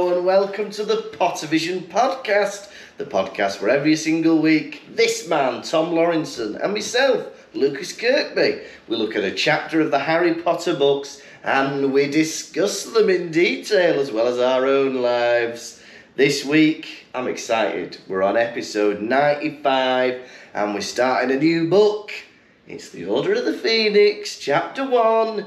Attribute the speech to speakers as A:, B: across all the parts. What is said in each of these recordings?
A: welcome to the Pottervision podcast, the podcast where every single week this man, Tom Lawrenson, and myself, Lucas Kirkby, we look at a chapter of the Harry Potter books and we discuss them in detail as well as our own lives. This week, I'm excited. We're on episode 95 and we're starting a new book. It's The Order of the Phoenix, Chapter 1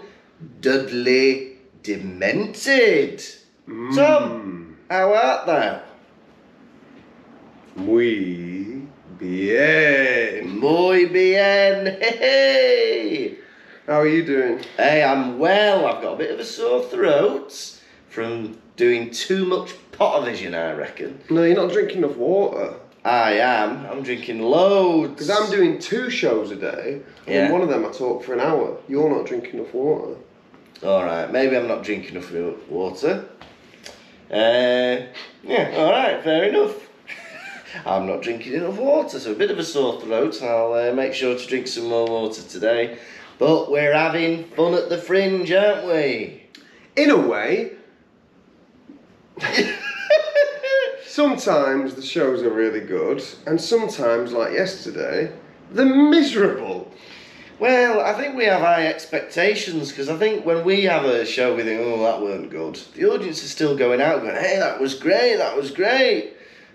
A: Dudley Demented.
B: Mm.
A: Tom, how art thou?
B: Muy bien.
A: Muy bien. Hey, hey.
B: How are you doing?
A: Hey, I'm well. I've got a bit of a sore throat from doing too much Pottervision, I reckon.
B: No, you're not drinking enough water.
A: I am. I'm drinking loads.
B: Because I'm doing two shows a day, and
A: Yeah.
B: one of them I talk for an hour. You're not drinking enough water.
A: All right, maybe I'm not drinking enough wa- water. Uh, yeah, all right, fair enough. I'm not drinking enough water, so a bit of a sore throat. I'll uh, make sure to drink some more water today. But we're having fun at the fringe, aren't we?
B: In a way, sometimes the shows are really good, and sometimes, like yesterday, they're miserable.
A: well, I think we have high expectations because I think when we have a show, we think, oh, that weren't good. The audience is still going out going, hey, that was great, that was great.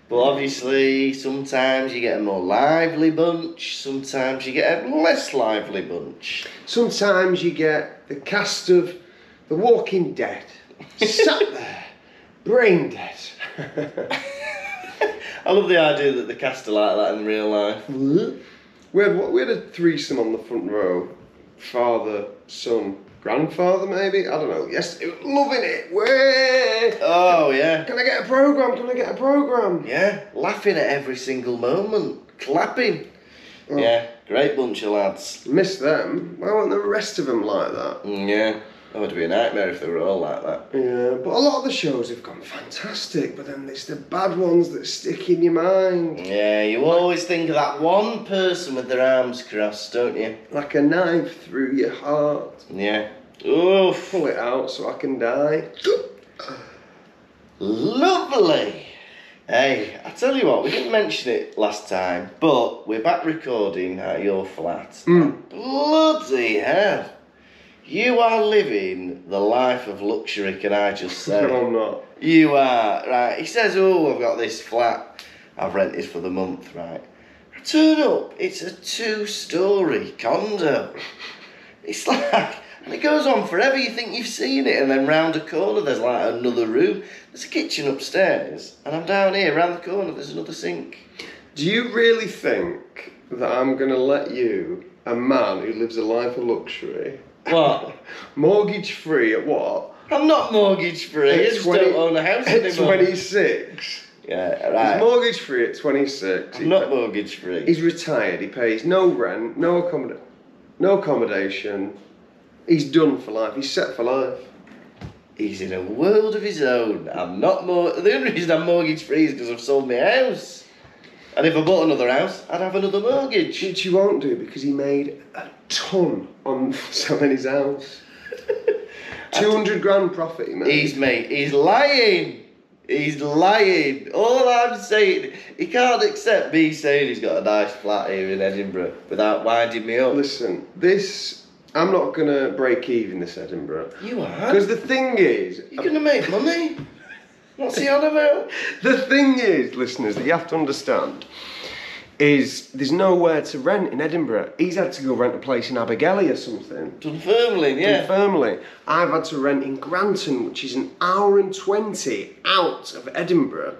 A: But obviously, sometimes you get a more lively bunch, sometimes you get a less lively bunch.
B: Sometimes you get the cast of The Walking Dead sat there, brain dead.
A: I love the idea that the cast are like that in real life.
B: We had what we had a threesome on the front row, father, son, grandfather maybe. I don't know. Yes, it was loving it. Way.
A: Oh, yeah.
B: Can I get a program? Can I get a program?
A: Yeah, laughing at every single moment, clapping. Yeah, great bunch of lads.
B: Miss them. Why weren't the rest of them like that?
A: Mm, Yeah, that would be a nightmare if they were all like that.
B: Yeah, but a lot of the shows have gone fantastic, but then it's the bad ones that stick in your mind
A: Yeah, you always think of that one person with their arms crossed, don't you?
B: like a knife through your heart.
A: Yeah. Oof.
B: Pull it out so I can die.
A: Lovely. Hey, I tell you what, we didn't mention it last time, but we're back recording at your flat.
B: Mm.
A: Bloody hell. You are living the life of luxury, can I just say?
B: No, I'm not.
A: You are, right. He says, Oh, I've got this flat I've rented for the month, right. I turn up, it's a two story condo. It's like, and it goes on forever. You think you've seen it, and then round a corner, there's like another room. There's a kitchen upstairs, and I'm down here, round the corner, there's another sink.
B: Do you really think that I'm going to let you, a man who lives a life of luxury,
A: What?
B: mortgage free at what?
A: I'm not mortgage free, I just don't own a house
B: at
A: anymore.
B: 26.
A: Yeah,
B: He's
A: right.
B: mortgage free at 26.
A: I'm not mortgage free.
B: He's retired. He pays no rent, no, accommoda- no accommodation. He's done for life. He's set for life.
A: He's in a world of his own. I'm not more. The only reason I'm mortgage free is because I've sold my house. And if I bought another house, I'd have another mortgage.
B: Which he won't do because he made a ton on selling his house. 200 grand profit he made.
A: He's mate. He's lying. He's lying. All I'm saying, he can't accept me saying he's got a nice flat here in Edinburgh without winding me up.
B: Listen, this I'm not gonna break even this Edinburgh
A: You are.
B: because the thing is,
A: You're gonna make money. What's he on about?
B: the thing is, listeners, that you have to understand is there's nowhere to rent in Edinburgh. He's had to go rent a place in Abergele or something.
A: Dunfermline, yeah.
B: Firmly, I've had to rent in Granton, which is an hour and twenty out of Edinburgh,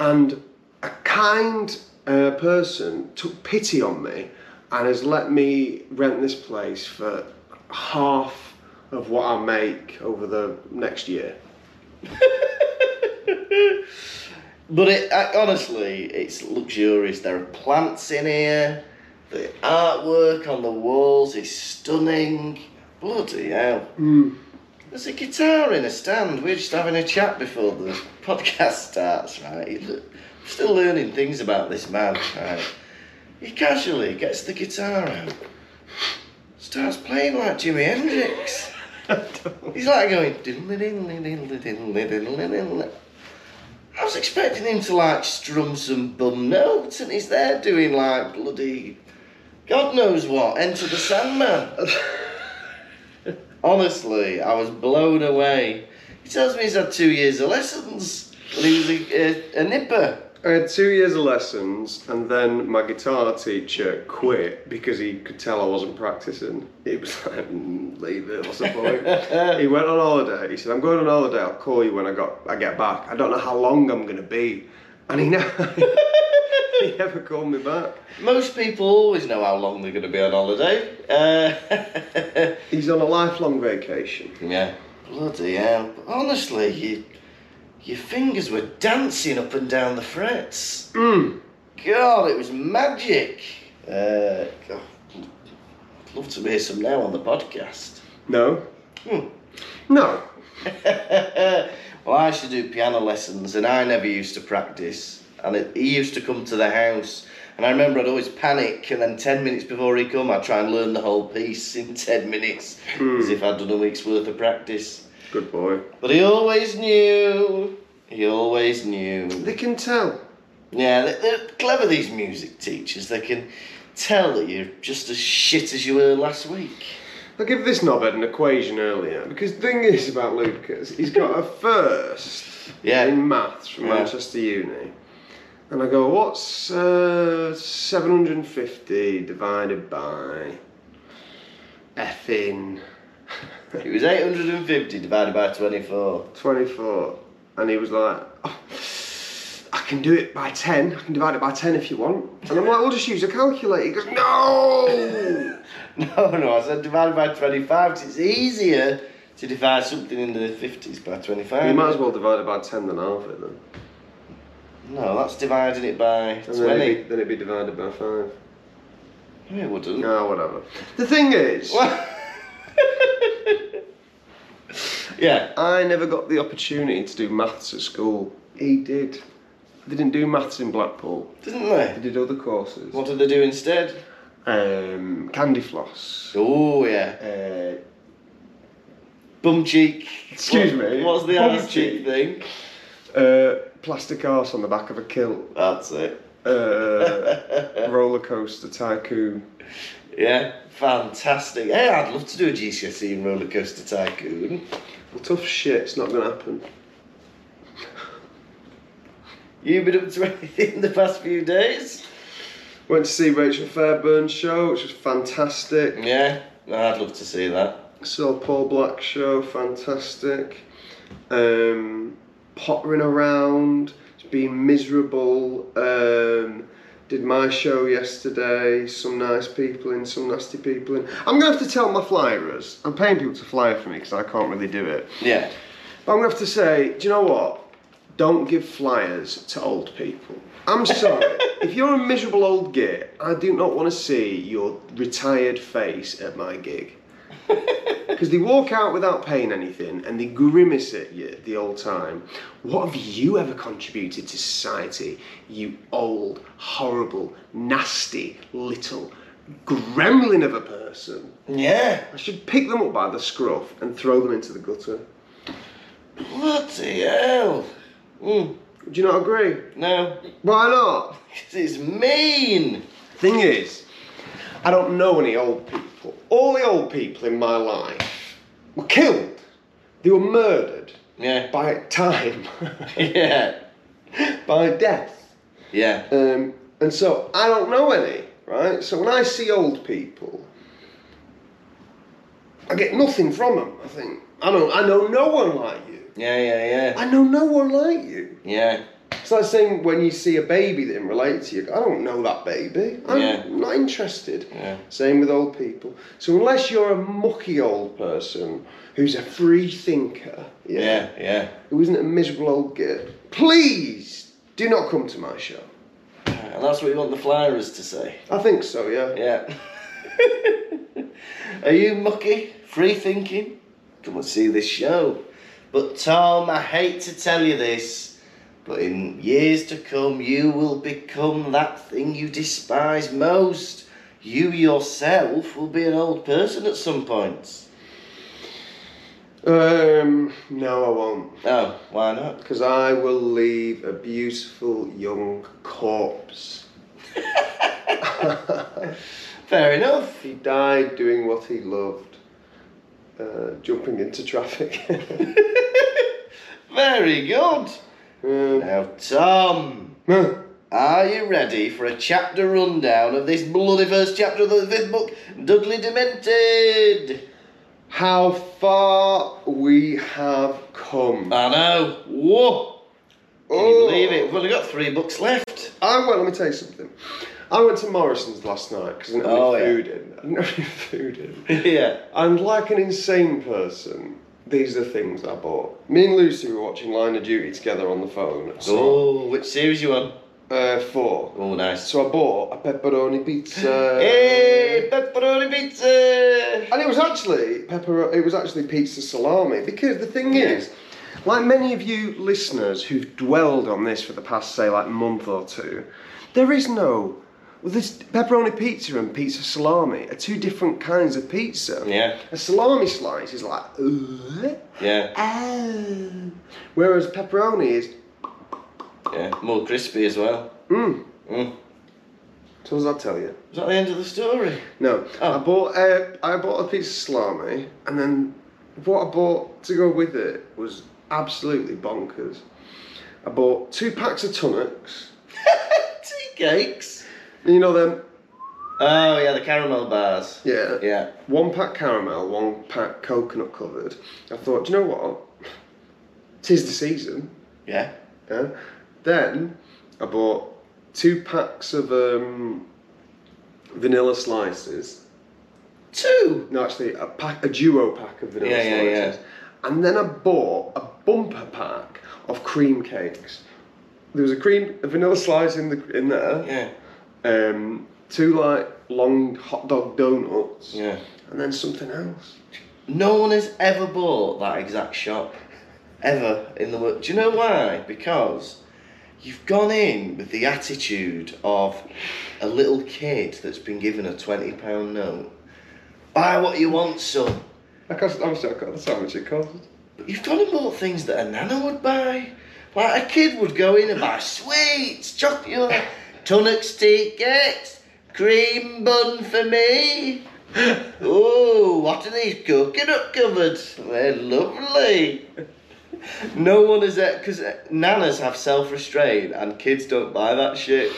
B: and a kind uh, person took pity on me and has let me rent this place for half of what I make over the next year.
A: But it I, honestly, it's luxurious. There are plants in here. The artwork on the walls is stunning. Bloody hell! There's a guitar in a stand. We're just having a chat before the podcast starts, right? He's- I'm still learning things about this man, right? He casually gets the guitar out, starts playing like Jimi Hendrix. He's like going diddle diddle diddle diddle diddle diddle. I was expecting him to like strum some bum notes, and he's there doing like bloody, God knows what. Enter the Sandman. Honestly, I was blown away. He tells me he's had two years of lessons, and he was a, a, a nipper.
B: I had two years of lessons, and then my guitar teacher quit because he could tell I wasn't practicing. He was like, "Mm, "Leave it, what's the point?" he went on holiday. He said, "I'm going on holiday. I'll call you when I got I get back. I don't know how long I'm gonna be," and he never he never called me back.
A: Most people always know how long they're going to be on holiday. Uh,
B: He's on a lifelong vacation.
A: yeah. Bloody hell. Honestly, you, your fingers were dancing up and down the frets.
B: Mm.
A: God, it was magic. Uh, God, love to hear some now on the podcast.
B: No.
A: Hmm.
B: No.
A: well, I used to do piano lessons, and I never used to practice. And it, he used to come to the house, and I remember I'd always panic, and then ten minutes before he come, I'd try and learn the whole piece in ten minutes, as if I'd done a week's worth of practice.
B: Good boy.
A: But he always knew. He always knew.
B: They can tell.
A: Yeah, they- they're clever. These music teachers, they can tell that you're just as shit as you were last week.
B: I'll give this knobhead an equation earlier because the thing is about Lucas, he's got a first
A: Yeah.
B: in maths from
A: Yeah.
B: Manchester Uni. And I go, what's uh, 750 divided by effing
A: It was eight hundred and fifty divided by twenty-four.
B: 24? And he was like, "Oh, I can do it by 10. I can divide it by 10 if you want. And I'm like, we'll just use a calculator. He goes, no!
A: No, no, I said divided by 25 'cause it's easier to divide something in the 50s by 25.
B: you might as well divide it by 10 than half it then.
A: No, that's dividing it by
B: And then
A: 20.
B: it'd, be, then it'd be divided by 5.
A: No, it wouldn't.
B: Ah, whatever. The thing is,
A: What? yeah.
B: I never got the opportunity to do maths at school. He did. They didn't do maths in Blackpool.
A: Didn't they?
B: They did other courses.
A: What did they do instead?
B: Um, candy floss.
A: Oh, yeah.
B: Uh,
A: Bum cheek.
B: Excuse
A: What-
B: me?
A: What's the
B: Bum
A: ass cheek
B: cheek?
A: thing?
B: uh, plastic arse on the back of a kilt.
A: That's it.
B: Uh, roller coaster tycoon.
A: Yeah. Fantastic. Hey, I'd love to do a GCSE in E Roller Coaster Tycoon.
B: Well, tough shit. It's not gonna happen.
A: You've been up to anything the past few days?
B: Went to see Rachel Fairburn show, which was fantastic.
A: Yeah. I'd love to see that.
B: Saw Paul Black show, fantastic. Um, pottering around, just being miserable. Um, did my show yesterday. Some nice people in, some nasty people in. I'm gonna have to tell my flyers. I'm paying people to fly for me because I can't really do it.
A: Yeah.
B: But I'm gonna have to say, do you know what? Don't give flyers to old people. I'm sorry. if you're a miserable old git, I do not want to see your retired face at my gig. Because they walk out without paying anything and they grimace at you the whole time. What have you ever contributed to society, you old, horrible, nasty, little gremlin of a person?
A: Yeah.
B: I should pick them up by the scruff and throw them into the gutter.
A: Bloody hell. Mm,
B: Do you not agree?
A: no.
B: Why not?
A: 'Cause It's mean.
B: Thing is, I don't know any old people. All the old people in my life were killed. They were murdered
A: Yeah.
B: by time,
A: Yeah.
B: by death.
A: Yeah.
B: Um, and so I don't know any, right? So when I see old people, I get nothing from them. I think I don't. I know no one like you.
A: Yeah, yeah, yeah.
B: I know no one like you.
A: Yeah.
B: It's like saying when you see a baby that can relate to you. I don't know that baby. I'm
A: Yeah.
B: not interested.
A: Yeah.
B: Same with old people. So unless you're a mucky old person who's a free thinker,
A: Yeah, yeah.
B: who isn't a miserable old git, please do not come to my show.
A: And that's what you want the flyers to say.
B: I think so, yeah.
A: Yeah. Are you mucky? Free thinking? Come and see this show. But Tom, I hate to tell you this, but in years to come, you will become that thing you despise most. You yourself will be an old person at some point.
B: Um, no, I won't,
A: Oh, why not?
B: because I will leave a beautiful young corpse.
A: Fair enough.
B: He died doing what he loved, uh, jumping into traffic.
A: Very good.
B: um,
A: Now, Tom, are you ready for a chapter rundown of this bloody first chapter of the fifth book, Dudley Demented?
B: how far we have come.
A: I know. Whoa. Can you
B: Oh.
A: believe it? We've only got three books left.
B: I went, let me tell you something. I went to Morrison's last night because I didn't have
A: Oh, yeah.
B: any food in. I didn't have any food in.
A: yeah.
B: And like an insane person, these are the things I bought. Me and Lucy were watching Line of Duty together on the phone. So,
A: Oh, which series you on?
B: uh, four.
A: Oh, nice.
B: So I bought a pepperoni
A: uh,
B: pizza.
A: Hey, pepperoni pizza!
B: And it was actually pepper. It was actually pizza salami because the thing
A: Yeah.
B: is, like many of you listeners who've dwelled on this for the past say like month or two, there is no. Well, this pepperoni pizza and pizza salami are two different kinds of pizza.
A: Yeah.
B: A salami slice is like, "Ugh,
A: Yeah,
B: oh, whereas pepperoni is,
A: yeah. More crispy as well.
B: mmm.
A: Mm.
B: So what does that tell you?
A: Is that the end of the story?
B: No,
A: Oh.
B: I bought uh, I bought a piece of salami, and then what I bought to go with it was absolutely bonkers. I bought two packs of tonics.
A: Tea cakes?
B: You know them?
A: Oh, yeah, the caramel bars.
B: Yeah.
A: Yeah.
B: One pack caramel, one pack coconut covered. I thought, do you know what? Tis the season.
A: Yeah.
B: Yeah. Then I bought two packs of um, vanilla slices.
A: Two!
B: No, actually, a pack, a duo pack of vanilla
A: Yeah, yeah,
B: slices.
A: yeah.
B: And then I bought a bumper pack of cream cakes. There was a cream, a vanilla slice in the in there.
A: Yeah,
B: Um, two like long hot dog donuts.
A: yeah.
B: And then something else.
A: No one has ever bought that exact shop. Ever in the world. Do you know why? Because you've gone in with the attitude of a little kid that's been given a £20 note. Buy what you want, son.
B: That cost, obviously, I got, that's how much it cost.
A: You've gone and bought things that a nana would buy. Like a kid would go in and buy sweets, chocolate, tonic tickets, cream bun for me. Oh, what are these coconut covered? They're lovely. No one is that because nanas have self restraint and kids don't buy that shit.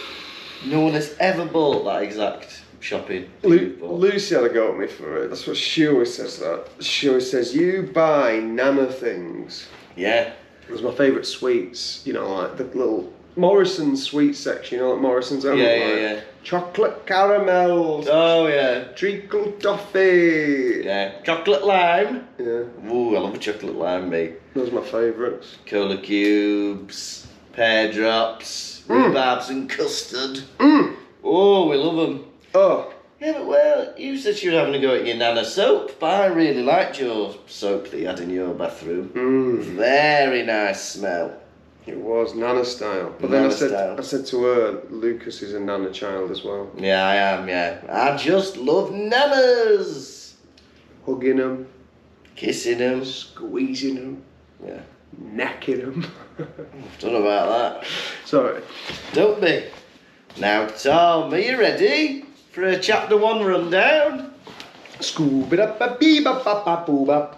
A: No one has ever bought that exact shopping. that
B: Lu-
A: you've bought.
B: Lucy had a go at me for it. That's what she always says. That she always says, "You buy nana things."
A: yeah,
B: It was my favourite sweets, you know, like the little Morrison's sweet section, you know, like Morrison's own.
A: Yeah,
B: like
A: yeah, yeah.
B: Chocolate caramels,
A: oh yeah,
B: treacle toffee.
A: yeah. Chocolate lime.
B: Yeah,
A: Ooh, I love a chocolate lime, mate.
B: those are my favourites.
A: Cola cubes, pear drops, rhubarbs and custard.
B: Mm.
A: Oh, we love them.
B: Oh,
A: Yeah, but well, you said you were having a go at your nana soap, but I really liked your soap that you had in your bathroom.
B: mm.
A: Very nice smell.
B: it was Nana style. But then I
A: Nana
B: said,
A: style.
B: I said to her, Lucas is a Nana child as well.
A: Yeah, I am, yeah. I just love nanas.
B: Hugging him,
A: Kissing them.
B: squeezing him,
A: Yeah.
B: necking him.
A: I've done about that.
B: Sorry.
A: Don't be. Now, Tom, are you ready for a chapter one rundown?
B: Scooby da ba bee ba ba ba boo ba.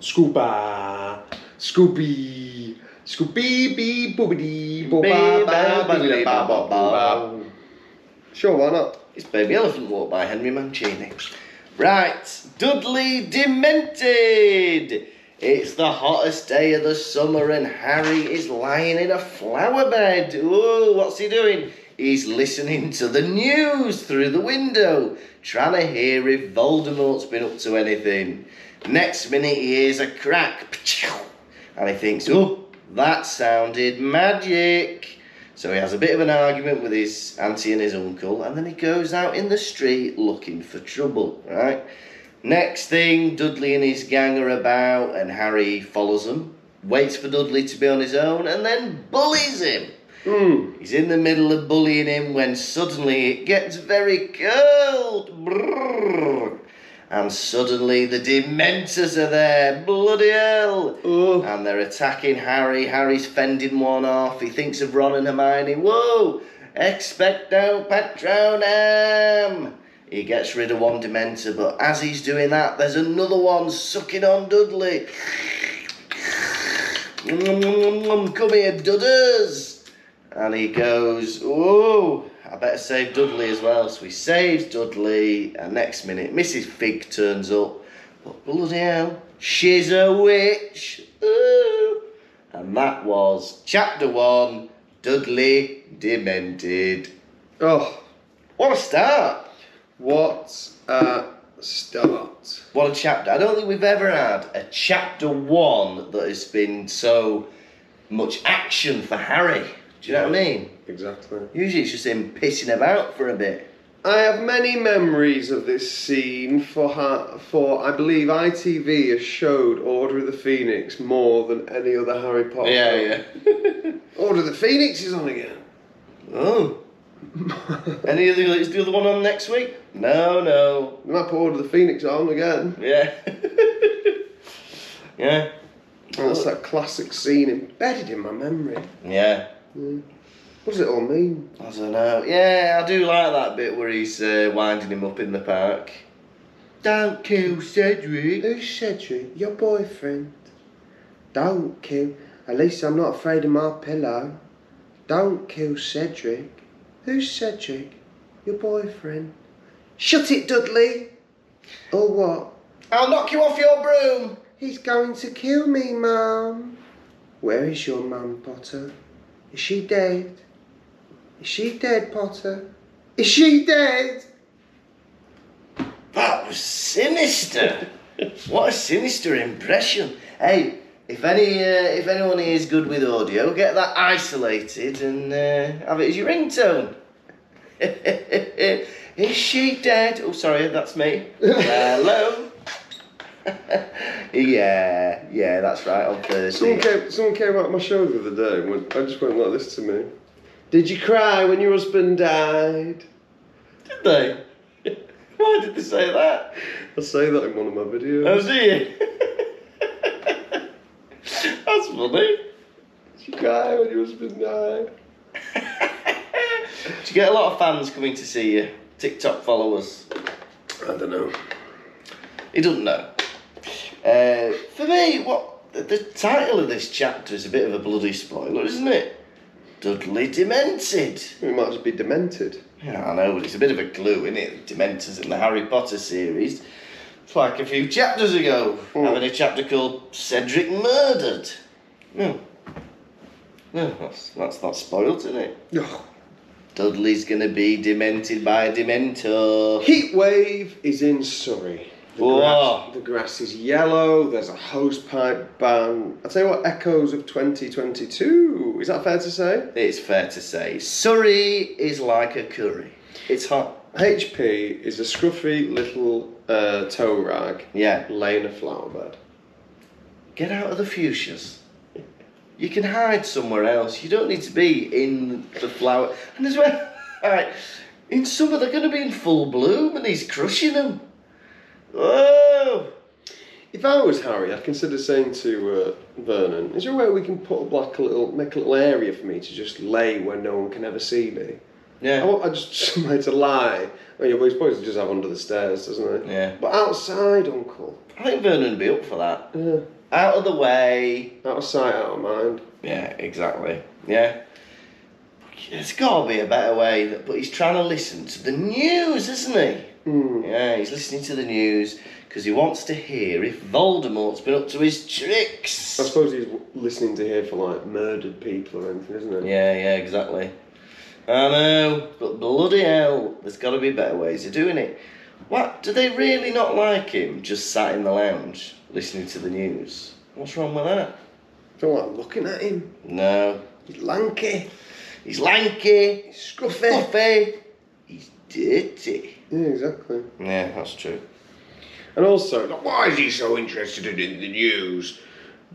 B: Scooba. Scooby. Scooby bee boobity boo ba ba ba dee da ba ba ba ba. Sure, why not?
A: It's Baby Elephant Walk by Henry Mancini. Right, Dudley Demented! It's the hottest day of the summer and Harry is lying in a flower bed. Ooh, what's he doing? He's listening to the news through the window, trying to hear if Voldemort's been up to anything. Next minute he hears a crack. And he thinks, oh, that sounded magic. So he has a bit of an argument with his auntie and his uncle, and then he goes out in the street looking for trouble, right? Next thing, Dudley and his gang are about, and Harry follows them, waits for Dudley to be on his own, and then bullies him.
B: Mm.
A: He's in the middle of bullying him when suddenly it gets very cold. Brrr. And suddenly the Dementors are there. Bloody hell!
B: Oh.
A: And they're attacking Harry. Harry's fending one off. He thinks of Ron and Hermione. Whoa! Expecto Patronum! He gets rid of one Dementor, but as he's doing that, there's another one sucking on Dudley. Nom, nom, nom, nom. Come here, Dudders! And he goes, Whoa, I better save Dudley as well. So he saves Dudley, and next minute, Mrs. Fig turns up. But bloody hell, she's a witch! Ooh. And that was chapter one Dudley Demented.
B: Oh,
A: What a start!
B: what a start.
A: What a chapter. I don't think we've ever had a chapter one that has been so much action for Harry. Do you know what I mean?
B: Exactly.
A: Usually it's just him pissing about for a bit.
B: I have many memories of this scene for ha- for I believe ITV has showed Order of the Phoenix more than any other Harry Potter.
A: yeah.
B: Order of the Phoenix is on again.
A: oh. Any other, is the other one on next week? No, no.
B: They might put Order of the Phoenix on again.
A: Yeah. yeah.
B: Oh, that's that classic scene embedded in my memory.
A: Yeah.
B: What does it all mean?
A: I don't know. Yeah, I do like that bit where he's uh, winding him up in the park. Don't kill Cedric.
B: Who said you? Your boyfriend. Don't kill. At least I'm not afraid of my pillow. Don't kill Cedric. Who's Cedric? Your boyfriend. Shut it, Dudley. Or what?
A: I'll knock you off your broom.
B: He's going to kill me, Mum. Where is your mum, Potter? Is she dead? Is she dead, Potter? Is she dead?
A: That was sinister. what a sinister impression. Hey, if any uh, if anyone here is good with audio, get that isolated and uh, have it as your ringtone. is she dead? Oh, sorry, that's me. Hello. yeah, yeah, that's right. On Thursday.
B: Someone came, someone came up my show the other day and went, I just went like this to me. Did you cry when your husband died?
A: Did they? Why did they say that?
B: I say that in one of my
A: Oh,
B: videos.
A: do you? That's funny.
B: Did you cry when your husband died?
A: Do you get a lot of fans coming to see you? TikTok followers?
B: I don't know.
A: He doesn't know. Uh, for me, what the, the title of this chapter is a bit of a bloody spoiler, isn't it? Dudley Demented.
B: We might just be demented.
A: Yeah, I know, but it's a bit of a clue, isn't it? Dementors in the Harry Potter series. It's like a few chapters ago,
B: Mm.
A: having a chapter called Cedric Murdered. No. No, that's, that's not spoiled, isn't it?
B: Oh.
A: Dudley's gonna be demented by a Dementor.
B: Heat wave is in Surrey. The
A: Whoa.
B: grass, the grass is yellow, there's a hosepipe ban. I'll tell you what, echoes of 2022. Is that fair to say?
A: It's fair to say, Surrey is like a curry. It's hot.
B: HP is a scruffy little uh, tow rag
A: Yeah.
B: laying a flower bed.
A: Get out of the fuchsias. You can hide somewhere else. You don't need to be in the flower. And as well, alright, in summer they're going to be in full bloom and he's crushing them. Oh!
B: If I was Harry, I'd consider saying to uh, Vernon, "Is there a way we can put up like a little, make a little area for me to just lay where no one can ever see me? I
A: Yeah.
B: want I just somewhere to lie. Oh yeah, but he's supposed to just have under the stairs, doesn't he?
A: Yeah.
B: But outside, Uncle.
A: I think Vernon would be up for that.
B: Yeah.
A: Out of the way.
B: Out of sight, out of mind.
A: Yeah, exactly. Yeah. There's got to be a better way, that, but he's trying to listen to the news, isn't he?
B: Hmm.
A: Yeah, he's listening to the news because he wants to hear if Voldemort's been up to his tricks.
B: I suppose he's w- listening to here for like murdered people or anything, isn't it?
A: Yeah, yeah, exactly. I know, but bloody hell, there's got to be better ways of doing it. What? Do they really not like him just sat in the lounge listening to the news? What's wrong with that?
B: Don't like looking at him.
A: No.
B: He's lanky.
A: He's lanky,
B: He's scruffy.
A: fluffy, he's dirty.
B: Yeah, exactly.
A: Yeah, that's true.
B: And also, like,
C: Why is he so interested in, in the news?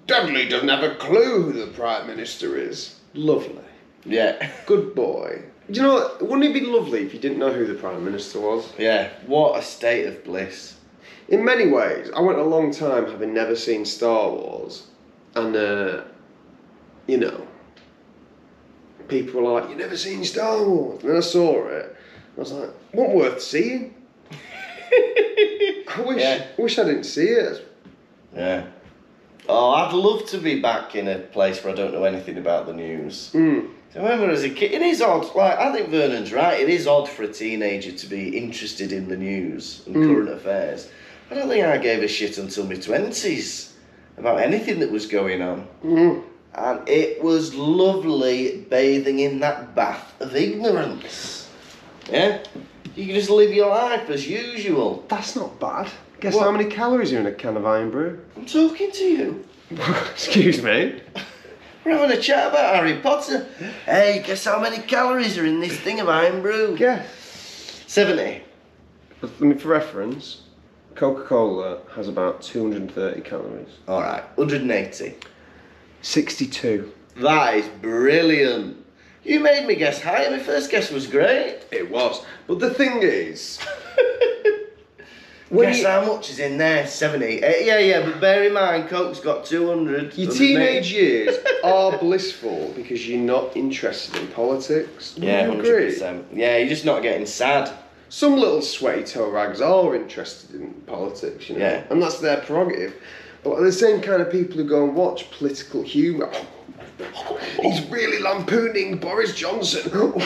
C: Dudley doesn't have a
B: clue who the prime minister is. Lovely.
A: Yeah,
B: Good boy. Do you know what? Wouldn't it be lovely if you didn't know who the Prime Minister was?
A: yeah. What a state of bliss.
B: in many ways, I went a long time having never seen Star Wars, and uh, you know, people were like, "You never seen Star Wars?" And then I saw it, and I was like, "What worth seeing?" I wish,
A: Yeah.
B: I wish I didn't see it.
A: Yeah. Oh, I'd love to be back in a place where I don't know anything about the news.
B: Mm.
A: I remember as a kid, it is odd. Like I think Vernon's right. It is odd for a teenager to be interested in the news and current affairs. I don't think I gave a shit until my twenties about anything that was going on,
B: Mm.
A: and it was lovely bathing in that bath of ignorance. Yeah, you can just live your life as usual.
B: That's not bad. Guess
A: What?
B: how many calories are in a can of iron brew?
A: I'm talking to you.
B: Excuse me.
A: We're having a chat about Harry Potter. Hey, guess how many calories are in this thing of iron brew?
B: Guess.
A: Seventy.
B: I mean, for reference, Coca Cola has about 230 calories.
A: All right, 180.
B: 62.
A: That is brilliant. You made me guess high. My first guess was great.
B: It was. But the thing is. when
A: guess
B: you,
A: how much is in there? 70. Eh, yeah, yeah, but bear in mind, Coke's got 200.
B: your
A: 180.
B: teenage years are blissful because you're not interested in politics. Would
A: Yeah,
B: you agree?
A: 100%. Yeah, you're just not getting sad.
B: Some little sweaty toe rags are interested in politics, you know,
A: Yeah.
B: and that's their prerogative. But the same kind of people who go and watch political humour. He's really lampooning Boris Johnson.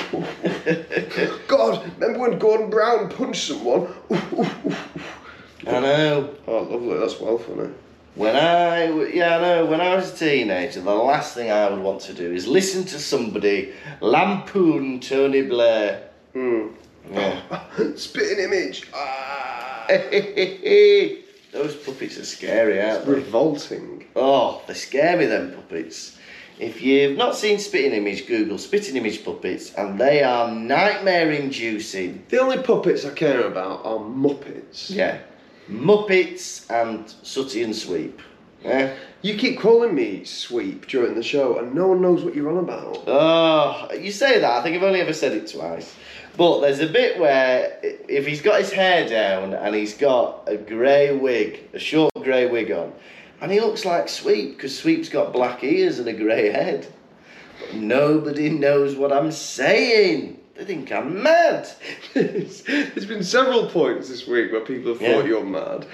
B: God, remember when Gordon Brown punched someone?
A: I know.
B: Oh, lovely, that's well funny.
A: When I, w- yeah, I know, when I was a teenager, the last thing I would want to do is listen to somebody lampoon Tony Blair. Yeah.
B: Spitting image. Ah.
A: Those puppets are scary, aren't they?
B: Revolting.
A: Oh, they scare me, them puppets. If you've not seen Spitting Image, Google Spitting Image puppets, and they are nightmare inducing.
B: The only puppets I care about are Muppets.
A: Yeah. Muppets and Sooty and Sweep. Yeah.
B: You keep calling me sweep during the show, and no one knows what you're on about.
A: Oh, you say that. I think I've only ever said it twice. But there's a bit where i- if he's got his hair down and he's got a grey wig, a short grey wig on, and he looks like Sweep because Sweep's got black ears and a grey head. But nobody knows what I'm saying. They think I'm mad.
B: There's been several points this week where people have
A: Yeah.
B: thought you're mad.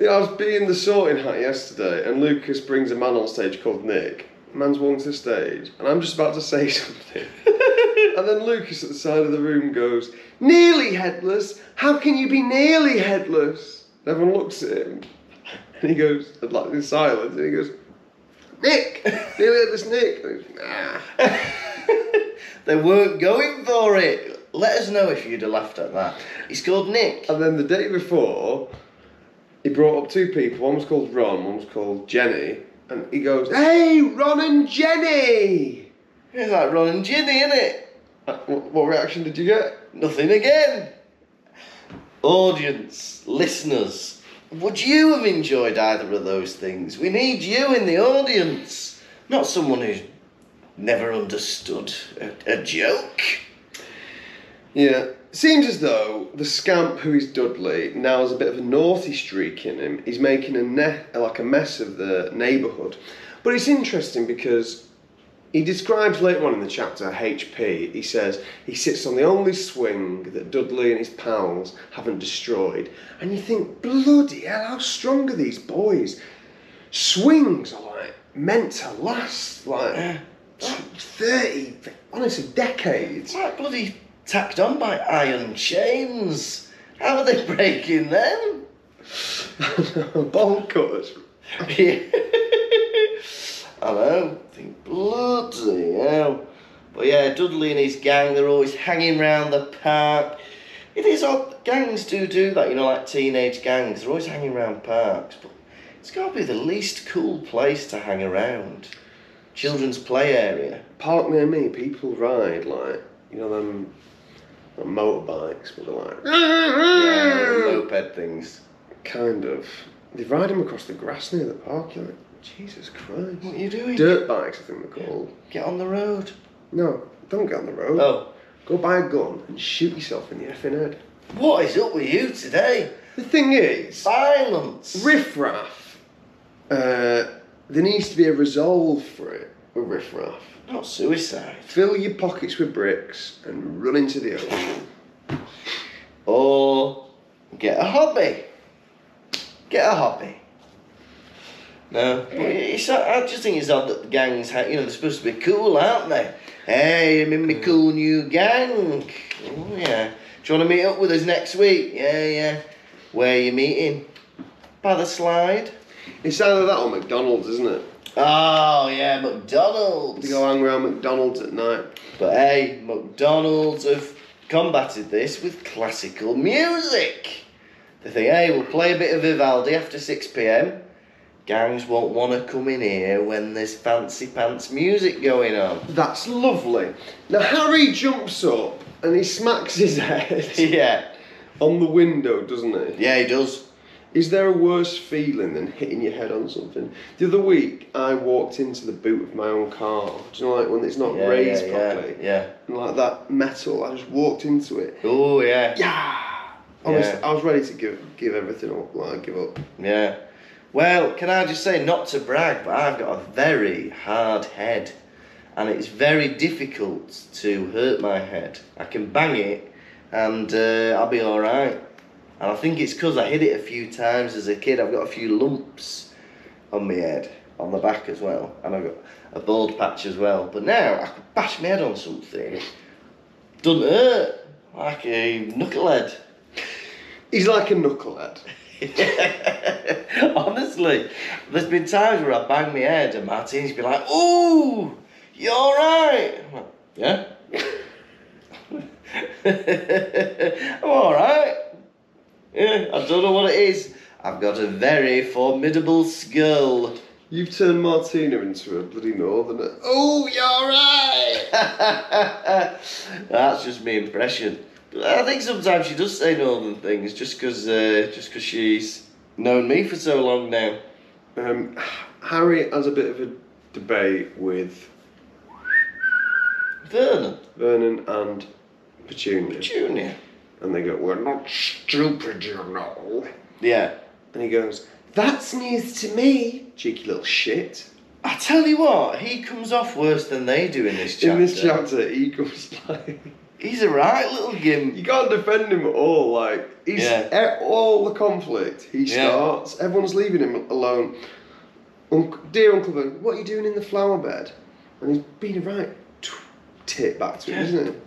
B: You know, I was being the sorting hat yesterday, and Lucas brings a man on stage called Nick. Man's walking to the stage, and I'm just about to say something. and then Lucas at the side of the room goes, Nearly headless? How can you be nearly headless? And everyone looks at him, and he goes, like in silence, and he goes, Nick! Nearly headless Nick! And he's, "Nah."
A: they weren't going for it. Let us know if you'd have laughed at that. He's called Nick.
B: And then the day before, he brought up two people. One was called Ron, one was called Jenny. And he goes, Hey, Ron and Jenny!
A: He's like Ron and Ginny, innit?
B: Uh, What, what reaction did you get?
A: Nothing again. Audience, listeners, would you have enjoyed either of those things? We need you in the audience, not someone who's never understood a, a joke.
B: Yeah. Seems as though the scamp who is Dudley now has a bit of a naughty streak in him. He's making a ne- like a mess of the neighbourhood. But it's interesting because he describes later on in the chapter HP. He says he sits on the only swing that Dudley and his pals haven't destroyed. And you think, bloody hell, how strong are these boys? Swings are like meant to last like tw- 30, honestly, decades.
A: It's like bloody tacked on by iron chains. How are they breaking them?
B: Bowl cutters.
A: I know. Think bloody hell. But yeah, Dudley and his gang, they're always hanging round the park. It is odd. Gangs do do that, you know, like teenage gangs. They're always hanging round parks. But it's got to be the least cool place to hang around. Children's play area.
B: Park near me, people ride like you know them, them motorbikes, but they're like
A: Yeah, little moped things.
B: kind of. They ride them across the grass near the park. You're like, Jesus
A: What are
B: Christ.
A: you doing?
B: Dirt bikes, I think they're called.
A: Get on the road.
B: No, don't get on the road.
A: Oh,
B: Go buy a gun and shoot yourself in the effing head.
A: what is up with you today?
B: The thing is,
A: Silence.
B: riffraff. Uh, there needs to be a resolve for it. With riffraff,
A: Not suicide.
B: fill your pockets with bricks and run into the ocean.
A: Or get a hobby. Get a hobby. No, but it's, I just think it's odd that the gangs, ha- you know, they're supposed to be cool, aren't they? Hey, I'm in my cool new gang. Oh, yeah. Do you want to meet up with us next week? Yeah, yeah. Where you meeting? By the slide.
B: It's either that or McDonald's, isn't it?
A: Oh, yeah, McDonald's.
B: To go hang around McDonald's at night.
A: But hey, McDonald's have combated this with classical music. They think, hey, we'll play a bit of Vivaldi after 6 pm. Gangs won't want to come in here when there's fancy pants music going on.
B: That's lovely. Now Harry jumps up and he smacks his head
A: Yeah,
B: on the window, doesn't he?
A: yeah, he does.
B: Is there a worse feeling than hitting your head on something? The other week, I walked into the boot of my own car. Do you know, like when it's not
A: Yeah,
B: raised
A: yeah, yeah,
B: properly,
A: Yeah.
B: and like that metal. I just walked into it.
A: Oh, yeah.
B: Yeah. Honestly,
A: Yeah.
B: I was ready to give give everything up. Like give up.
A: Yeah. Well, can I just say, not to brag, but I've got a very hard head. And it's very difficult to hurt my head. I can bang it and uh, I'll be alright. And I think it's because I hit it a few times as a kid. I've got a few lumps on my head, on the back as well. And I've got a bald patch as well. But now I could bash my head on something. Doesn't hurt. Like a knucklehead.
B: He's like a knucklehead.
A: Honestly, there's been times where I bang my head and Martine's been like, "Ooh, you're right." I'm like, yeah. I'm all right. Yeah, I don't know what it is. I've got a very formidable skull.
B: You've turned Martina into a bloody northerner. Oh, you're right.
A: That's just my impression. But I think sometimes she does say northern things just because uh, just 'cause she's known me for so long now.
B: Um, Harry has a bit of a debate with
A: Vernon,
B: Vernon and Petunia,
A: Junior.
B: and they go, "We're not stupid, you know."
A: Yeah.
B: And he goes, "That's news to me, cheeky little shit."
A: I tell you what, he comes off worse than they do in this chapter.
B: In this chapter, he comes like.
A: He's a right little
B: You
A: gimp.
B: can't defend him at all. Like he's
A: Yeah.
B: e- all the conflict he
A: Yeah.
B: starts. Everyone's leaving him alone. Unc dear Uncle Ben, what are you doing in the flower bed? And he's been a right t- tit back to him,
A: Yeah.
B: isn't it?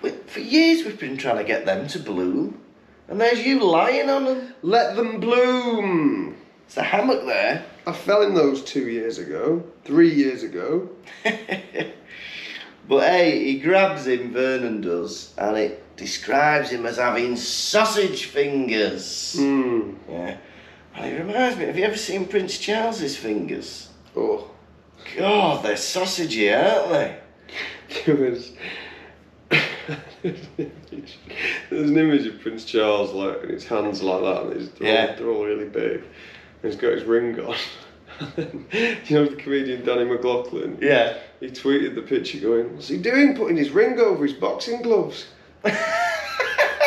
A: We- For years we've been trying to get them to bloom, and there's you lying on them.
B: Let them bloom.
A: It's a hammock there.
B: I fell in those two years ago, three years ago.
A: But hey, he grabs him, Vernon does, and it describes him as having sausage fingers.
B: Hmm.
A: Yeah. And it reminds me, have you ever seen Prince Charles's fingers?
B: Oh,
A: God, they're sausagey, aren't they?
B: there was. There's an image of Prince Charles like and his hands like that, and his,
A: Yeah.
B: they're all really big. And he's got his ring on. you know the comedian Danny McLaughlin?
A: Yeah.
B: He tweeted the picture going, What's he doing? Putting his ring over his boxing gloves.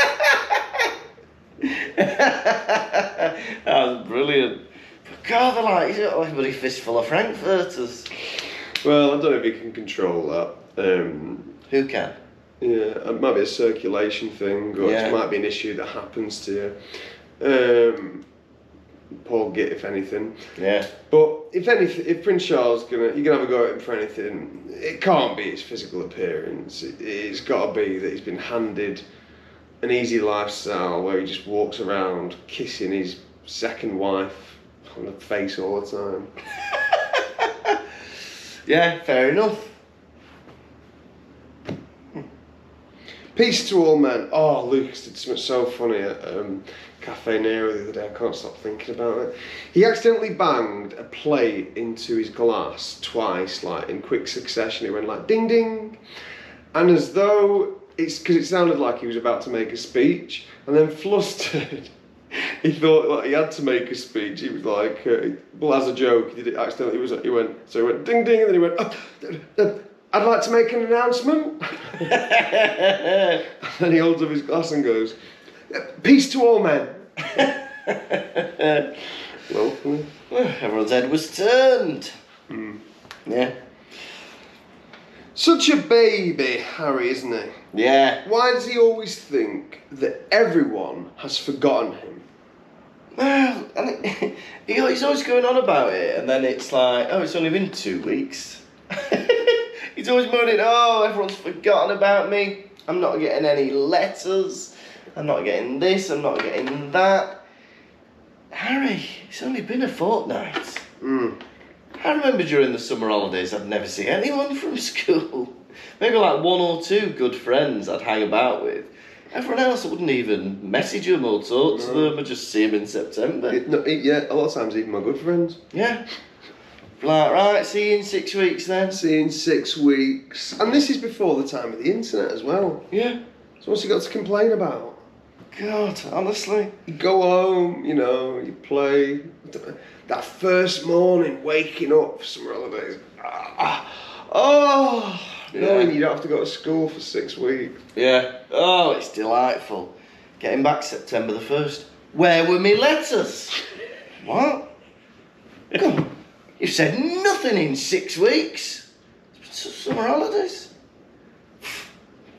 A: that was brilliant. But God, they're like, he's got like a bloody fistful of Frankfurters.
B: Well, I don't know if you can control that. Um,
A: Who can?
B: yeah, it might be a circulation thing, or
A: Yeah.
B: it might be an issue that happens to you. Um, Paul Git, if anything.
A: Yeah.
B: But if anything, if Prince Charles gonna, you're gonna have a go at him for anything, it can't be his physical appearance. It, it's got to be that he's been handed an easy lifestyle where he just walks around kissing his second wife on the face all the time.
A: Yeah, fair enough.
B: Peace to all men. Oh, Lucas did something so funny at um, Cafe Nero the other day. I can't stop thinking about it. He accidentally banged a plate into his glass twice, like in quick succession. It went like ding ding, and as though it's because it sounded like he was about to make a speech, and then flustered. He thought like he had to make a speech. He was like, uh, well, as a joke, he did it accidentally. He was he went so he went ding ding, and then he went. "Oh, uh, uh, I'd like to make an announcement.
A: yeah,
B: And he holds up his glass and goes, Peace to all men. well,
A: Everyone's head was turned. Yeah.
B: such a baby, Harry, isn't he?
A: Yeah.
B: Why does he always think that everyone has forgotten him?
A: Well, and it, he, he's always going on about it, and then it's like, oh, it's only been two weeks. he's always moaning, oh, everyone's forgotten about me. I'm not getting any letters. I'm not getting this. I'm not getting that. Harry, it's only been a fortnight.
B: Mm.
A: I remember during the summer holidays, I'd never see anyone from school. Maybe like one or two good friends I'd hang about with. Everyone else, I wouldn't even message them or talk to them. I'd just see them in September.
B: It- no, it- yeah, a lot of times even my good friends.
A: yeah. Like, right, see you in six weeks then.
B: See you in six weeks. And this is before the time of the internet as well.
A: Yeah.
B: So what's he got to complain about?
A: God, honestly.
B: You go home, you know, you play. That first morning, waking up for summer holidays. Ah, oh, knowing
A: Yeah.
B: you don't have to go to school for six weeks.
A: Yeah. Oh, it's delightful. Getting back September the 1st. Where were me letters? What? Come, you've said nothing in six weeks. It's s- Summer holidays.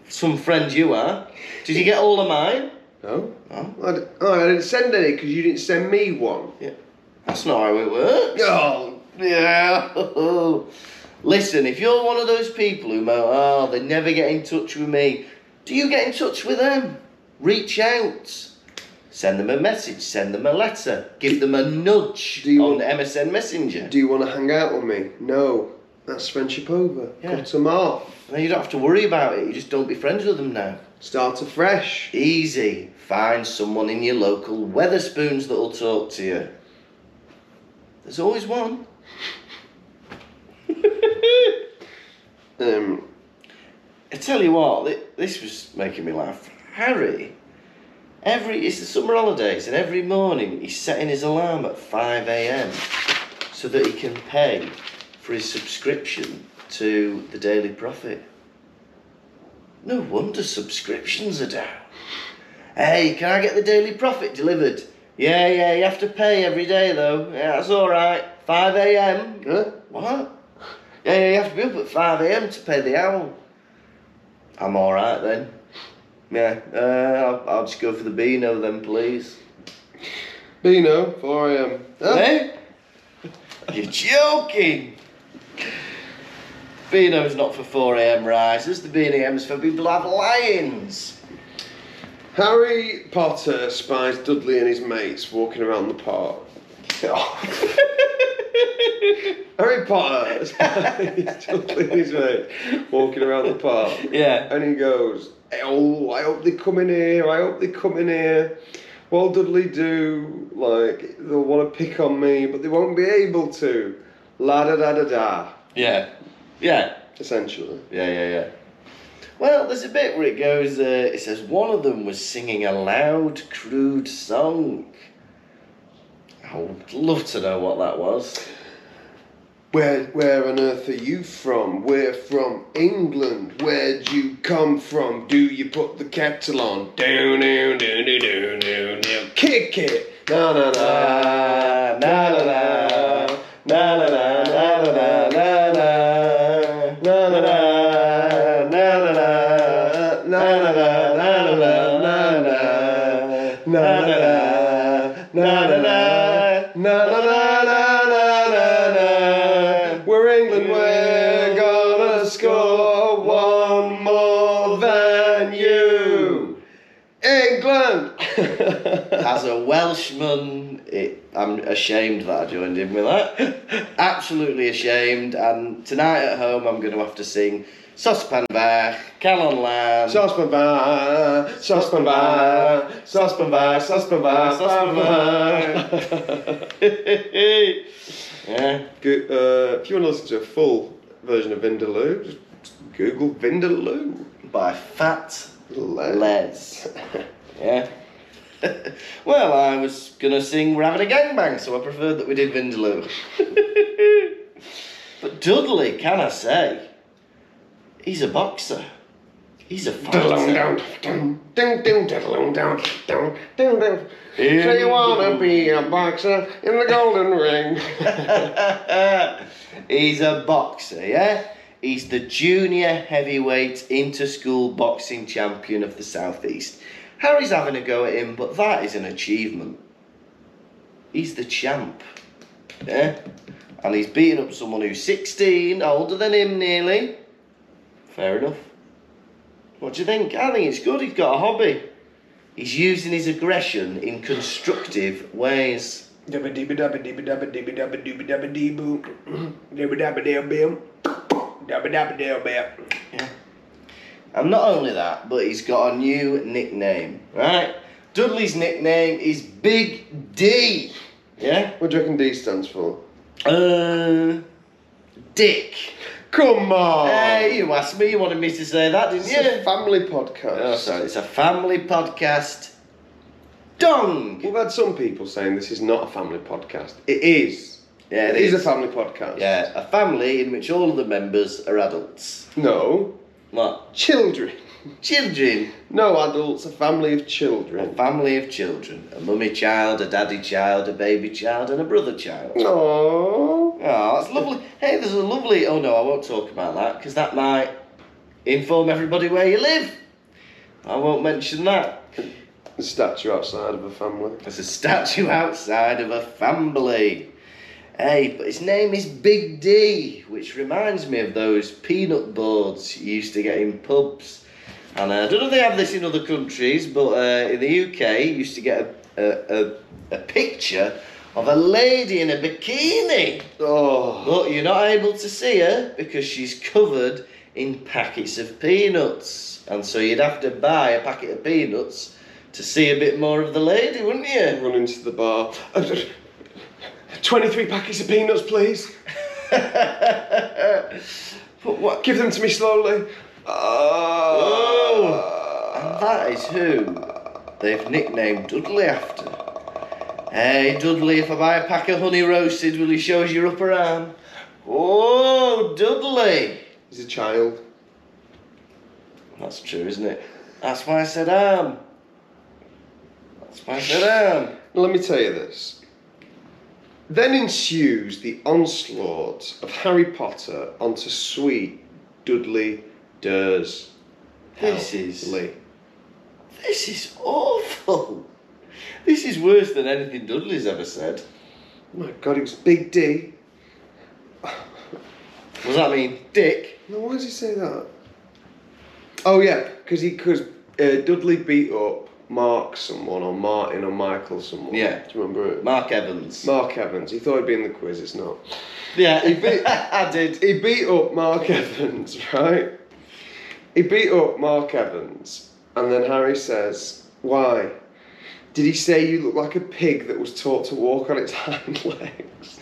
A: Some friend you are. Did you get all of mine?
B: No?
A: No.
B: I, d- oh, I didn't send any because you didn't send me one.
A: That's not how it works.
B: Oh,
A: Yeah. Listen, if you're one of those people who moan, oh, they never get in touch with me, do you get in touch with them? Reach out. Send them a message, send them a letter, give them a nudge
B: Do you
A: on
B: want-
A: MSN Messenger.
B: do you want to hang out with me? No. That's friendship over.
A: Yeah.
B: Cut them off.
A: Then you don't have to worry about it, you just don't be friends with them now.
B: Start afresh.
A: Easy. Find someone in your local Weatherspoons that'll talk to you. There's always one.
B: Um,
A: I tell you what, thi- this was making me laugh. Harry, every it's the summer holidays, and every morning he's setting his alarm at five a.m. so that he can pay for his subscription to the Daily Prophet. No wonder subscriptions are down. Hey, can I get the Daily Prophet delivered? Yeah, yeah, you have to pay every day though. Yeah, that's all right. Five a.m.
B: huh?
A: What? Yeah, yeah, you have to be up at 5 a.m. to pay the owl. I'm alright then. Yeah, uh, I'll, I'll just go for the Beano then, please.
B: Beano, 4 a.m. Huh?
A: Hey? You're joking! Beano's not for 4 a.m. risers, the Beano's for people who have lions.
B: Harry Potter spies Dudley and his mates walking around the park. Harry Potter spies Dudley and his mates walking around the park.
A: yeah.
B: And he goes, Oh, I hope they come in here, I hope they come in here. What'll Dudley do? Like, they'll want to pick on me, but they won't be able to. La da da da da,
A: Yeah. Yeah.
B: essentially.
A: Yeah, yeah, yeah. Well, there's a bit where it goes, uh, it says one of them was singing a loud, crude song. I would love to know what that was.
B: Where, where on earth are you from? We're from England. Where'd you come from? Do you put the kettle on? Do, do, do, do, do, do, do. Kick it! Na na na.
A: Ah, na, na, na. Na, na, na, na, na, na, na. Na, na, na, na, na, na. Na, na, na, na, na, na, na, na. Na, na, na, na, na, na.
B: Na na na na na na na. We're England, we're gonna score one more than you. England!
A: As a Welshman, it, I'm ashamed that I joined in with that. Absolutely ashamed. And tonight at home, I'm going to have to sing Sospan Bach, Calon Lamb.
B: Saucepan bar, saucepan bar, saucepan bar, saucepan bar, saucepan bar.
A: yeah.
B: Go- uh, if you want to listen to a full version of Vindaloo, just Google Vindaloo.
A: By Fat
B: Les.
A: Les. yeah. well, I was going to sing We're Having a Gangbang, so I preferred that we did Vindaloo. but Dudley, can I say, he's a boxer. He's a
B: Dun
A: fighter.
B: dun dun dun dun dun dun dun dun dun. So you wanna be a boxer in the golden ring?
A: He's a boxer, yeah? He's the junior heavyweight inter-school boxing champion of the Southeast. Harry's having a go at him, but that is an achievement. He's the champ. Yeah? And he's beating up someone who's 16, older than him nearly. Fair enough. What do you think? I think it's good. He's got a hobby. He's using his aggression in constructive ways.
D: Dibba dibba dabba dibba dabba dibba dabba dibba dabba dee boo. Dibba dabba dell bell. Dabba dabba dell bell.
A: And not only that, but he's got a new nickname, right? Dudley's nickname is Big D. Yeah?
B: What do you reckon D stands for?
A: Uh, Dick.
B: Come on!
A: Hey, you asked me, you wanted me to say that, didn't
B: Oh. It's a
A: you?
B: family podcast.
A: Oh, sorry, it's a family podcast. Dong!
B: We've had some people saying this is not a family podcast. It is.
A: Yeah, it
B: it is.
A: is.
B: a family podcast.
A: Yeah, a family in which all of the members are adults.
B: No.
A: What?
B: Children.
A: Children.
B: No adults, a family of children.
A: A family of children. A mummy child, a daddy child, a baby child, and a brother child.
B: No.
A: Oh, that's lovely. Hey, there's a lovely. Oh no, I won't talk about that because that might inform everybody where you live. I won't mention that.
B: The statue outside of a family.
A: There's a statue outside of a family. Hey, but his name is Big D, which reminds me of those peanut boards you used to get in pubs. And uh, I don't know if they have this in other countries, but uh, in the UK, you used to get a, a, a, a picture of a lady in a bikini.
B: Oh.
A: But you're not able to see her because she's covered in packets of peanuts. And so you'd have to buy a packet of peanuts to see a bit more of the lady, wouldn't you?
B: Run into the bar. 23 packets of peanuts, please.
A: but what?
B: Give them to me slowly. Uh,
A: Oh. And that is who they've nicknamed Dudley after. Hey, Dudley, if I buy a pack of honey roasted, will you show us your upper arm? Oh, Dudley!
B: He's a child.
A: That's true, isn't it? That's why I said arm. That's why I said arm.
B: Now, let me tell you this. Then ensues the onslaught of Harry Potter onto sweet Dudley Dursley.
A: This is this is awful. This is worse than anything Dudley's ever said.
B: my god, it was Big D.
A: What does that mean? Dick?
B: No, why does he say that? Oh yeah, because he because uh, Dudley beat up Mark someone or Martin or Michael someone.
A: Yeah.
B: do you remember it?
A: Mark Evans.
B: Mark Evans. He thought he'd be in the quiz. It's not.
A: yeah,
B: He beat-
A: I did.
B: He beat up Mark Evans, right? He beat up Mark Evans, and then Harry says, "Why? Did he say you look like a pig that was taught to walk on its hind legs?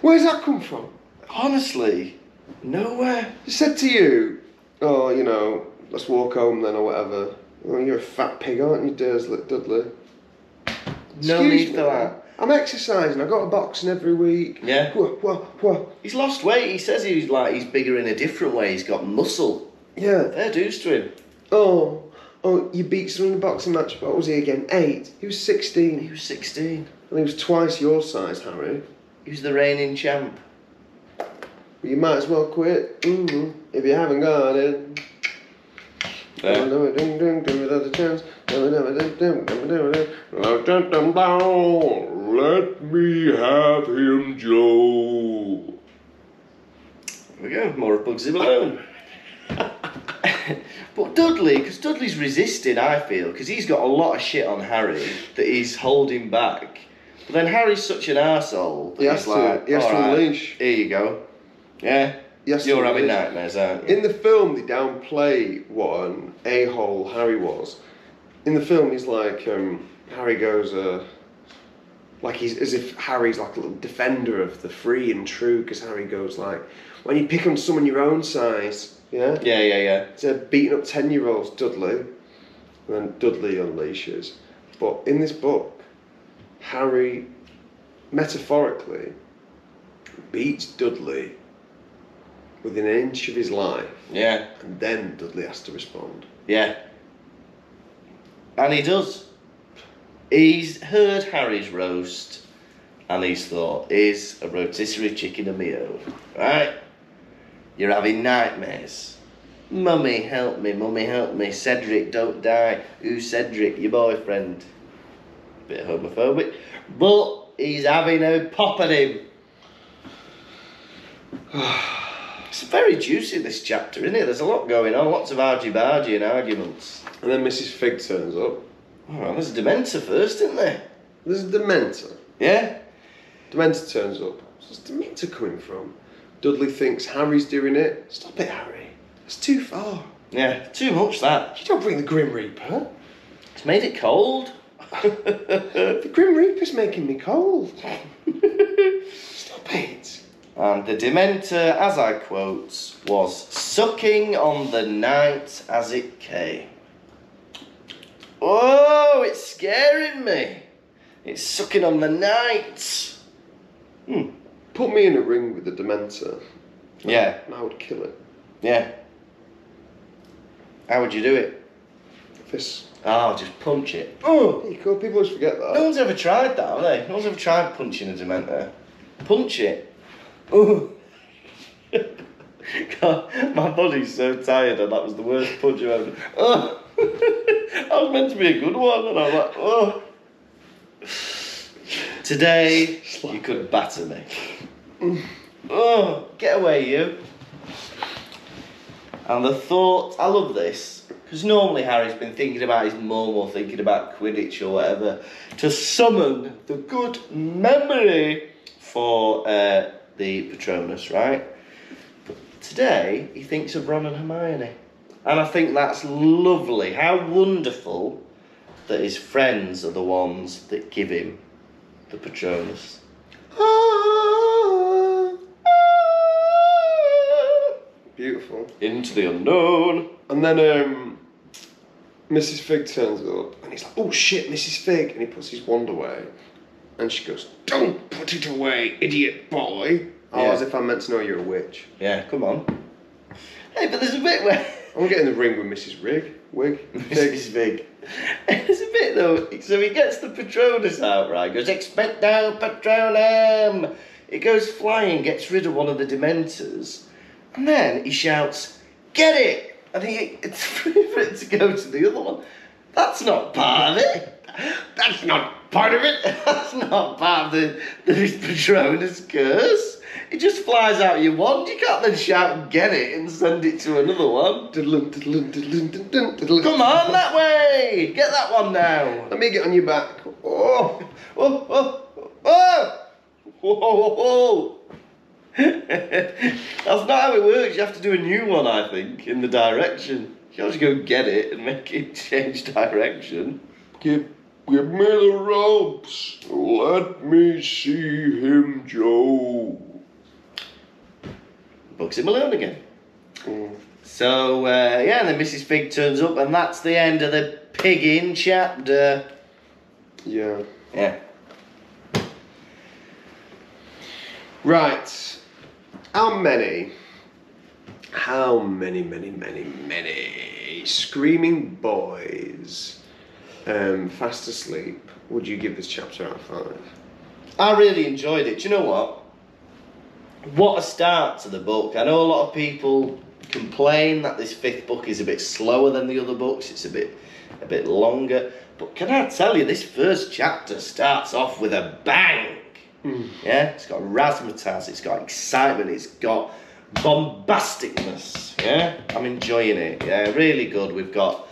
B: Where's that come from?"
A: Honestly, nowhere.
B: I said to you, oh, you know, let's walk home then or whatever. Oh, you're a fat pig, aren't you, Dursley, Dudley?
A: No
B: Excuse
A: need
B: me,
A: for that.
B: I'm exercising. I go to boxing every week.
A: Yeah.
B: Whoa, whoa, whoa.
A: He's lost weight. He says he's like he's bigger in a different way. He's got muscle.
B: Yeah.
A: Fair dues to him.
B: Oh, oh, you beat someone in a boxing match. What was he again? Eight. He was
A: He
B: 16.
A: was sixteen.
B: And he was twice your size, Harry.
A: He was the reigning champ.
B: But you might as well quit hmm if you haven't got it. Never, never, ding, ding, give it another chance. Never, never, ding, ding, never, never, ding. Let that them down. Let me have him, Joe.
A: There we go, more of Bugsy Malone. but Dudley, because Dudley's resisting, I feel, because he's got a lot of shit on Harry that he's holding back. But then Harry's such an arsehole. that
B: He has
A: he's
B: to-
A: like,
B: he has to
A: "Alright,
B: unleash."
A: Here you go. Yeah?
B: He has to
A: You're having
B: unleash.
A: nightmares, aren't you?
B: In the film, they downplay what an a hole Harry was. In the film, he's like, um, Harry goes, uh, like he's as if Harry's like a little defender of the free and true, because Harry goes, like, when you pick on someone your own size, yeah?
A: Yeah, yeah, yeah.
B: So beating up 10 year olds, Dudley, and then Dudley unleashes. But in this book, Harry metaphorically beats Dudley within an inch of his life,
A: Yeah.
B: and then Dudley has to respond.
A: Yeah. And he does. He's heard Harry's roast and he's thought, is a rotisserie chicken a meal? Right? You're having nightmares. Mummy, help me, mummy, help me. Cedric, don't die. Who's Cedric? Your boyfriend. Bit homophobic. But he's having a pop at him. It's very juicy, this chapter, isn't it? There's a lot going on, lots of argy bargy and arguments.
B: And then Mrs. Fig turns up.
A: Oh, there's a Dementor first, isn't there?
B: There's a Dementor.
A: Yeah?
B: Dementor turns up. Where's Dementor coming from? Dudley thinks Harry's doing it. Stop it, Harry. That's too far.
A: Yeah, too much that.
B: You don't bring the Grim Reaper.
A: It's made it cold.
B: The Grim Reaper's making me cold. Stop it.
A: And the Dementor, as I quote, was sucking on the night as it came. Oh, it's scaring me. It's sucking on the night. Hmm.
B: Put me in a ring with the Dementor,
A: Yeah,
B: and I would kill it.
A: yeah. How would you do it?
B: Fist.
A: Oh, just punch it.
B: Oh, there you go. People always forget that.
A: No one's ever tried that, have they? No one's ever tried punching a dementor. Punch it. Ooh. God, my body's so tired, and that was the worst punch I've ever. Oh. that was meant to be a good one, and I'm like, oh. Today, you could batter me. oh, get away, you. And the thought, I love this, because normally Harry's been thinking about his mum or thinking about Quidditch or whatever, to summon the good memory for uh, the Patronus, right? But today, he thinks of Ron and Hermione. And I think that's lovely. How wonderful that his friends are the ones that give him the Patronus. Ah.
B: Beautiful.
A: Into the unknown.
B: And then um, Mrs. Fig turns up and he's like, oh shit, Mrs. Fig. And he puts his wand away. And she goes, don't put it away, idiot boy. Oh,
A: Yeah.
B: as if I meant to know you're a witch.
A: Yeah, come on. Hey, but there's a bit where.
B: I'm getting the ring with Mrs. Rig. Wig. Fig.
A: Mrs. Big. It's a bit though. So he gets the Patronus out, right? Goes, Expecto Patronum! It goes flying, gets rid of one of the Dementors, and then he shouts, Get it! And he, it's free for it to go to the other one. That's not part of it! That's not part of it! That's not part of the, the Patronus curse! It just flies out your wand. You can't then shout, Get it! and send it to another one.
B: Diddlin, diddlin, diddlin, diddlin, diddlin.
A: Come on, that way! Get that one now!
B: Let me get on your back.
A: Oh! Oh! Oh! Oh! Whoa! whoa, whoa. That's not how it works. You have to do a new one, I think, in the direction. You have to go get it and make it change direction.
B: Give, give me the ropes. Let me see him, Joe.
A: Bugs him alone again.
B: Mm,
A: So, uh, yeah, then Mrs. Pig turns up, and that's the end of the pig in chapter.
B: Yeah.
A: Yeah.
B: Right. How many? How many, many, many, many screaming boys um, fast asleep would you give this chapter out of five?
A: I really enjoyed it. Do you know what? What a start to the book. I know a lot of people complain that this fifth book is a bit slower than the other books. It's a bit a bit longer. But can I tell you this first chapter starts off with a bang. Yeah? It's got razzmatazz, it's got excitement, it's got bombasticness. Yeah? I'm enjoying it. Yeah, really good. We've got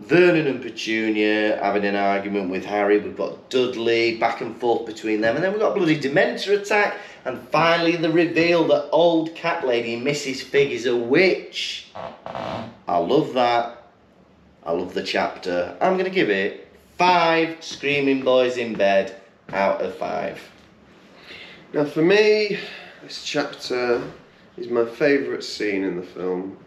A: Vernon and Petunia having an argument with Harry. We've got Dudley back and forth between them, and then we've got a bloody Dementor attack, and finally the reveal that old cat lady Mrs. Fig is a witch. I love that. I love the chapter. I'm gonna give it five screaming boys in bed out of five.
B: Now, for me, this chapter is my favourite scene in the film.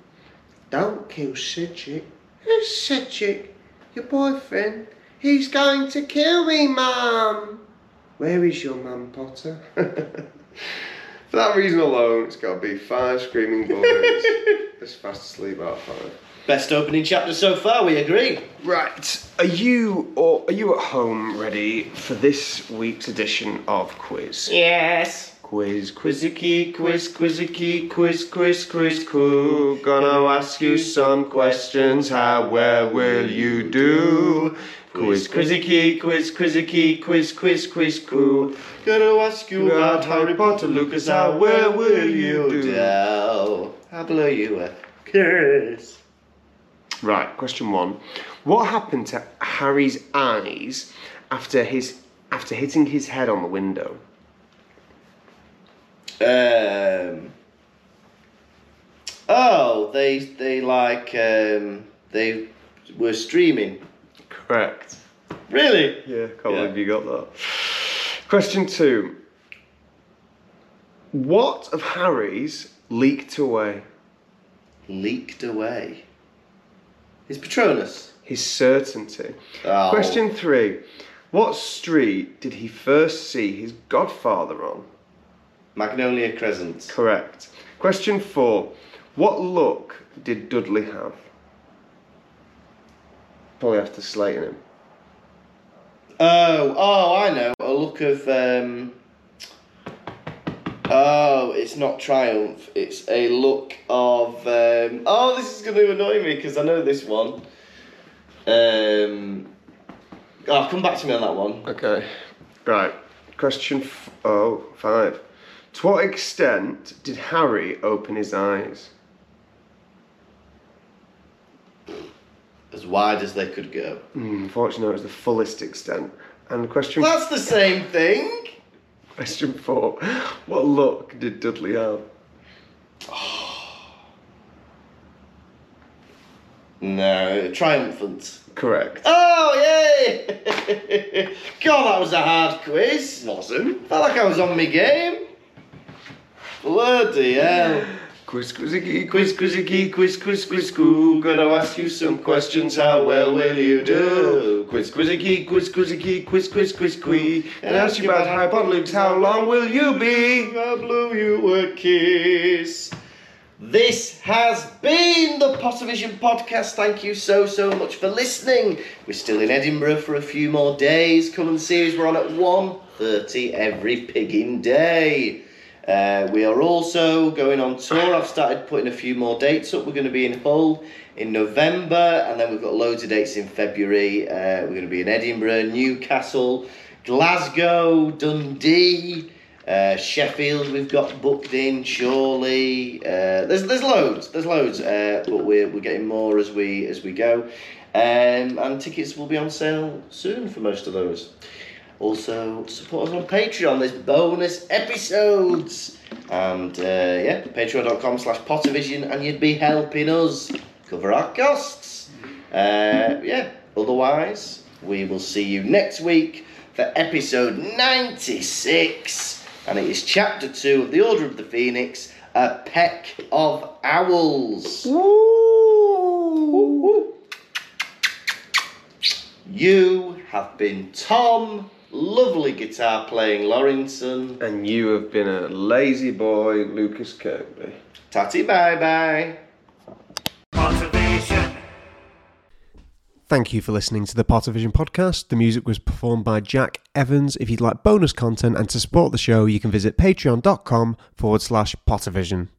B: Don't kill Cedric. Who's Cedric? Your boyfriend. He's going to kill me, Mum. Where is your mum, Potter?
C: For that reason alone, it's got to be five screaming boys just fast asleep out of five.
A: Best opening chapter so far, we agree.
B: Right, are you or are you at home ready for this week's edition of Quiz?
A: Yes.
B: Quiz, quiz,
A: Quizzicky,
B: quiz, quizzicky, quiz, quiz, quiz, coo. Gonna ask you some questions. How well will you do? Quiz, quizzicky, quiz, quizzicky, quiz, quiz, quiz, coo.
A: Gotta ask you
B: about Harry Potter, Lucas, how well will you do?
A: do? How below you were. Curse.
B: Right, question one. What happened to Harry's eyes after his after hitting his head on the window?
A: Um. Oh, they they like um they were streaming.
B: Correct.
A: Really?
B: Yeah, can't
A: Yeah.
B: believe you got that. Question two. What of Harry's leaked away?
A: Leaked away. Is Patronus?
B: His certainty.
A: Oh.
B: Question three. What street did he first see his godfather on?
A: Magnolia Crescent.
B: Correct. Question four. What look did Dudley have? Probably after slating him.
A: Oh, oh, I know. A look of um. Oh, it's not triumph. It's a look of um. Oh, this is going to annoy me because I know this one. Um. Oh, come back to me on that one.
B: Okay. Right. Question f- oh, five. To what extent did Harry open his eyes?
A: As wide as they could go.
B: Hmm, Unfortunately, it was the fullest extent. And question
A: That's the same thing.
B: question four. What look did Dudley have?
A: No, triumphant.
B: Correct.
A: Oh, yay! God, that was a hard quiz. Awesome. Felt like I was on my game. Bloody hell.
B: Quiz, quizzicky, quiz.
A: Quiz, quizzicky, quiz, quiz, quiz, coo. Gonna ask you some questions. How well will you do?
B: Quiz, quizzicky, quiz, quizzicky, quiz, quiz, quiz, quiz.
A: And ask you about Harry Potter, Luke,
B: How long will you be?
A: I blew you a kiss. This has been the Pottervision podcast. Thank you so, so much for listening. We're still in Edinburgh for a few more days. Come and see us. We're on at 1.30 every pigging day. Uh, we are also going on tour. I've started putting a few more dates up. We're going to be in Hull in November, and then we've got loads of dates in February. Uh, we're going to be in Edinburgh, Newcastle, Glasgow, Dundee, uh, Sheffield. We've got booked in surely. Uh, there's there's loads. There's loads. Uh, but we're we're getting more as we as we go, um, and tickets will be on sale soon for most of those. Also, support us on Patreon. There's bonus episodes. And uh, yeah, patreon.com slash pottervision, and you'd be helping us cover our costs. Uh, yeah, otherwise, we will see you next week for episode 96. And it is chapter 2 of The Order of the Phoenix A Peck of Owls. Woo. You have been Tom, lovely guitar playing Laurinson.
B: And you have been a lazy boy, Lucas Kirkby.
A: Tatty bye bye.
E: Conservation.
F: Thank you for listening to the Pottervision podcast. The music was performed by Jack Evans. If you'd like bonus content and to support the show, you can visit patreon.com forward slash Pottervision.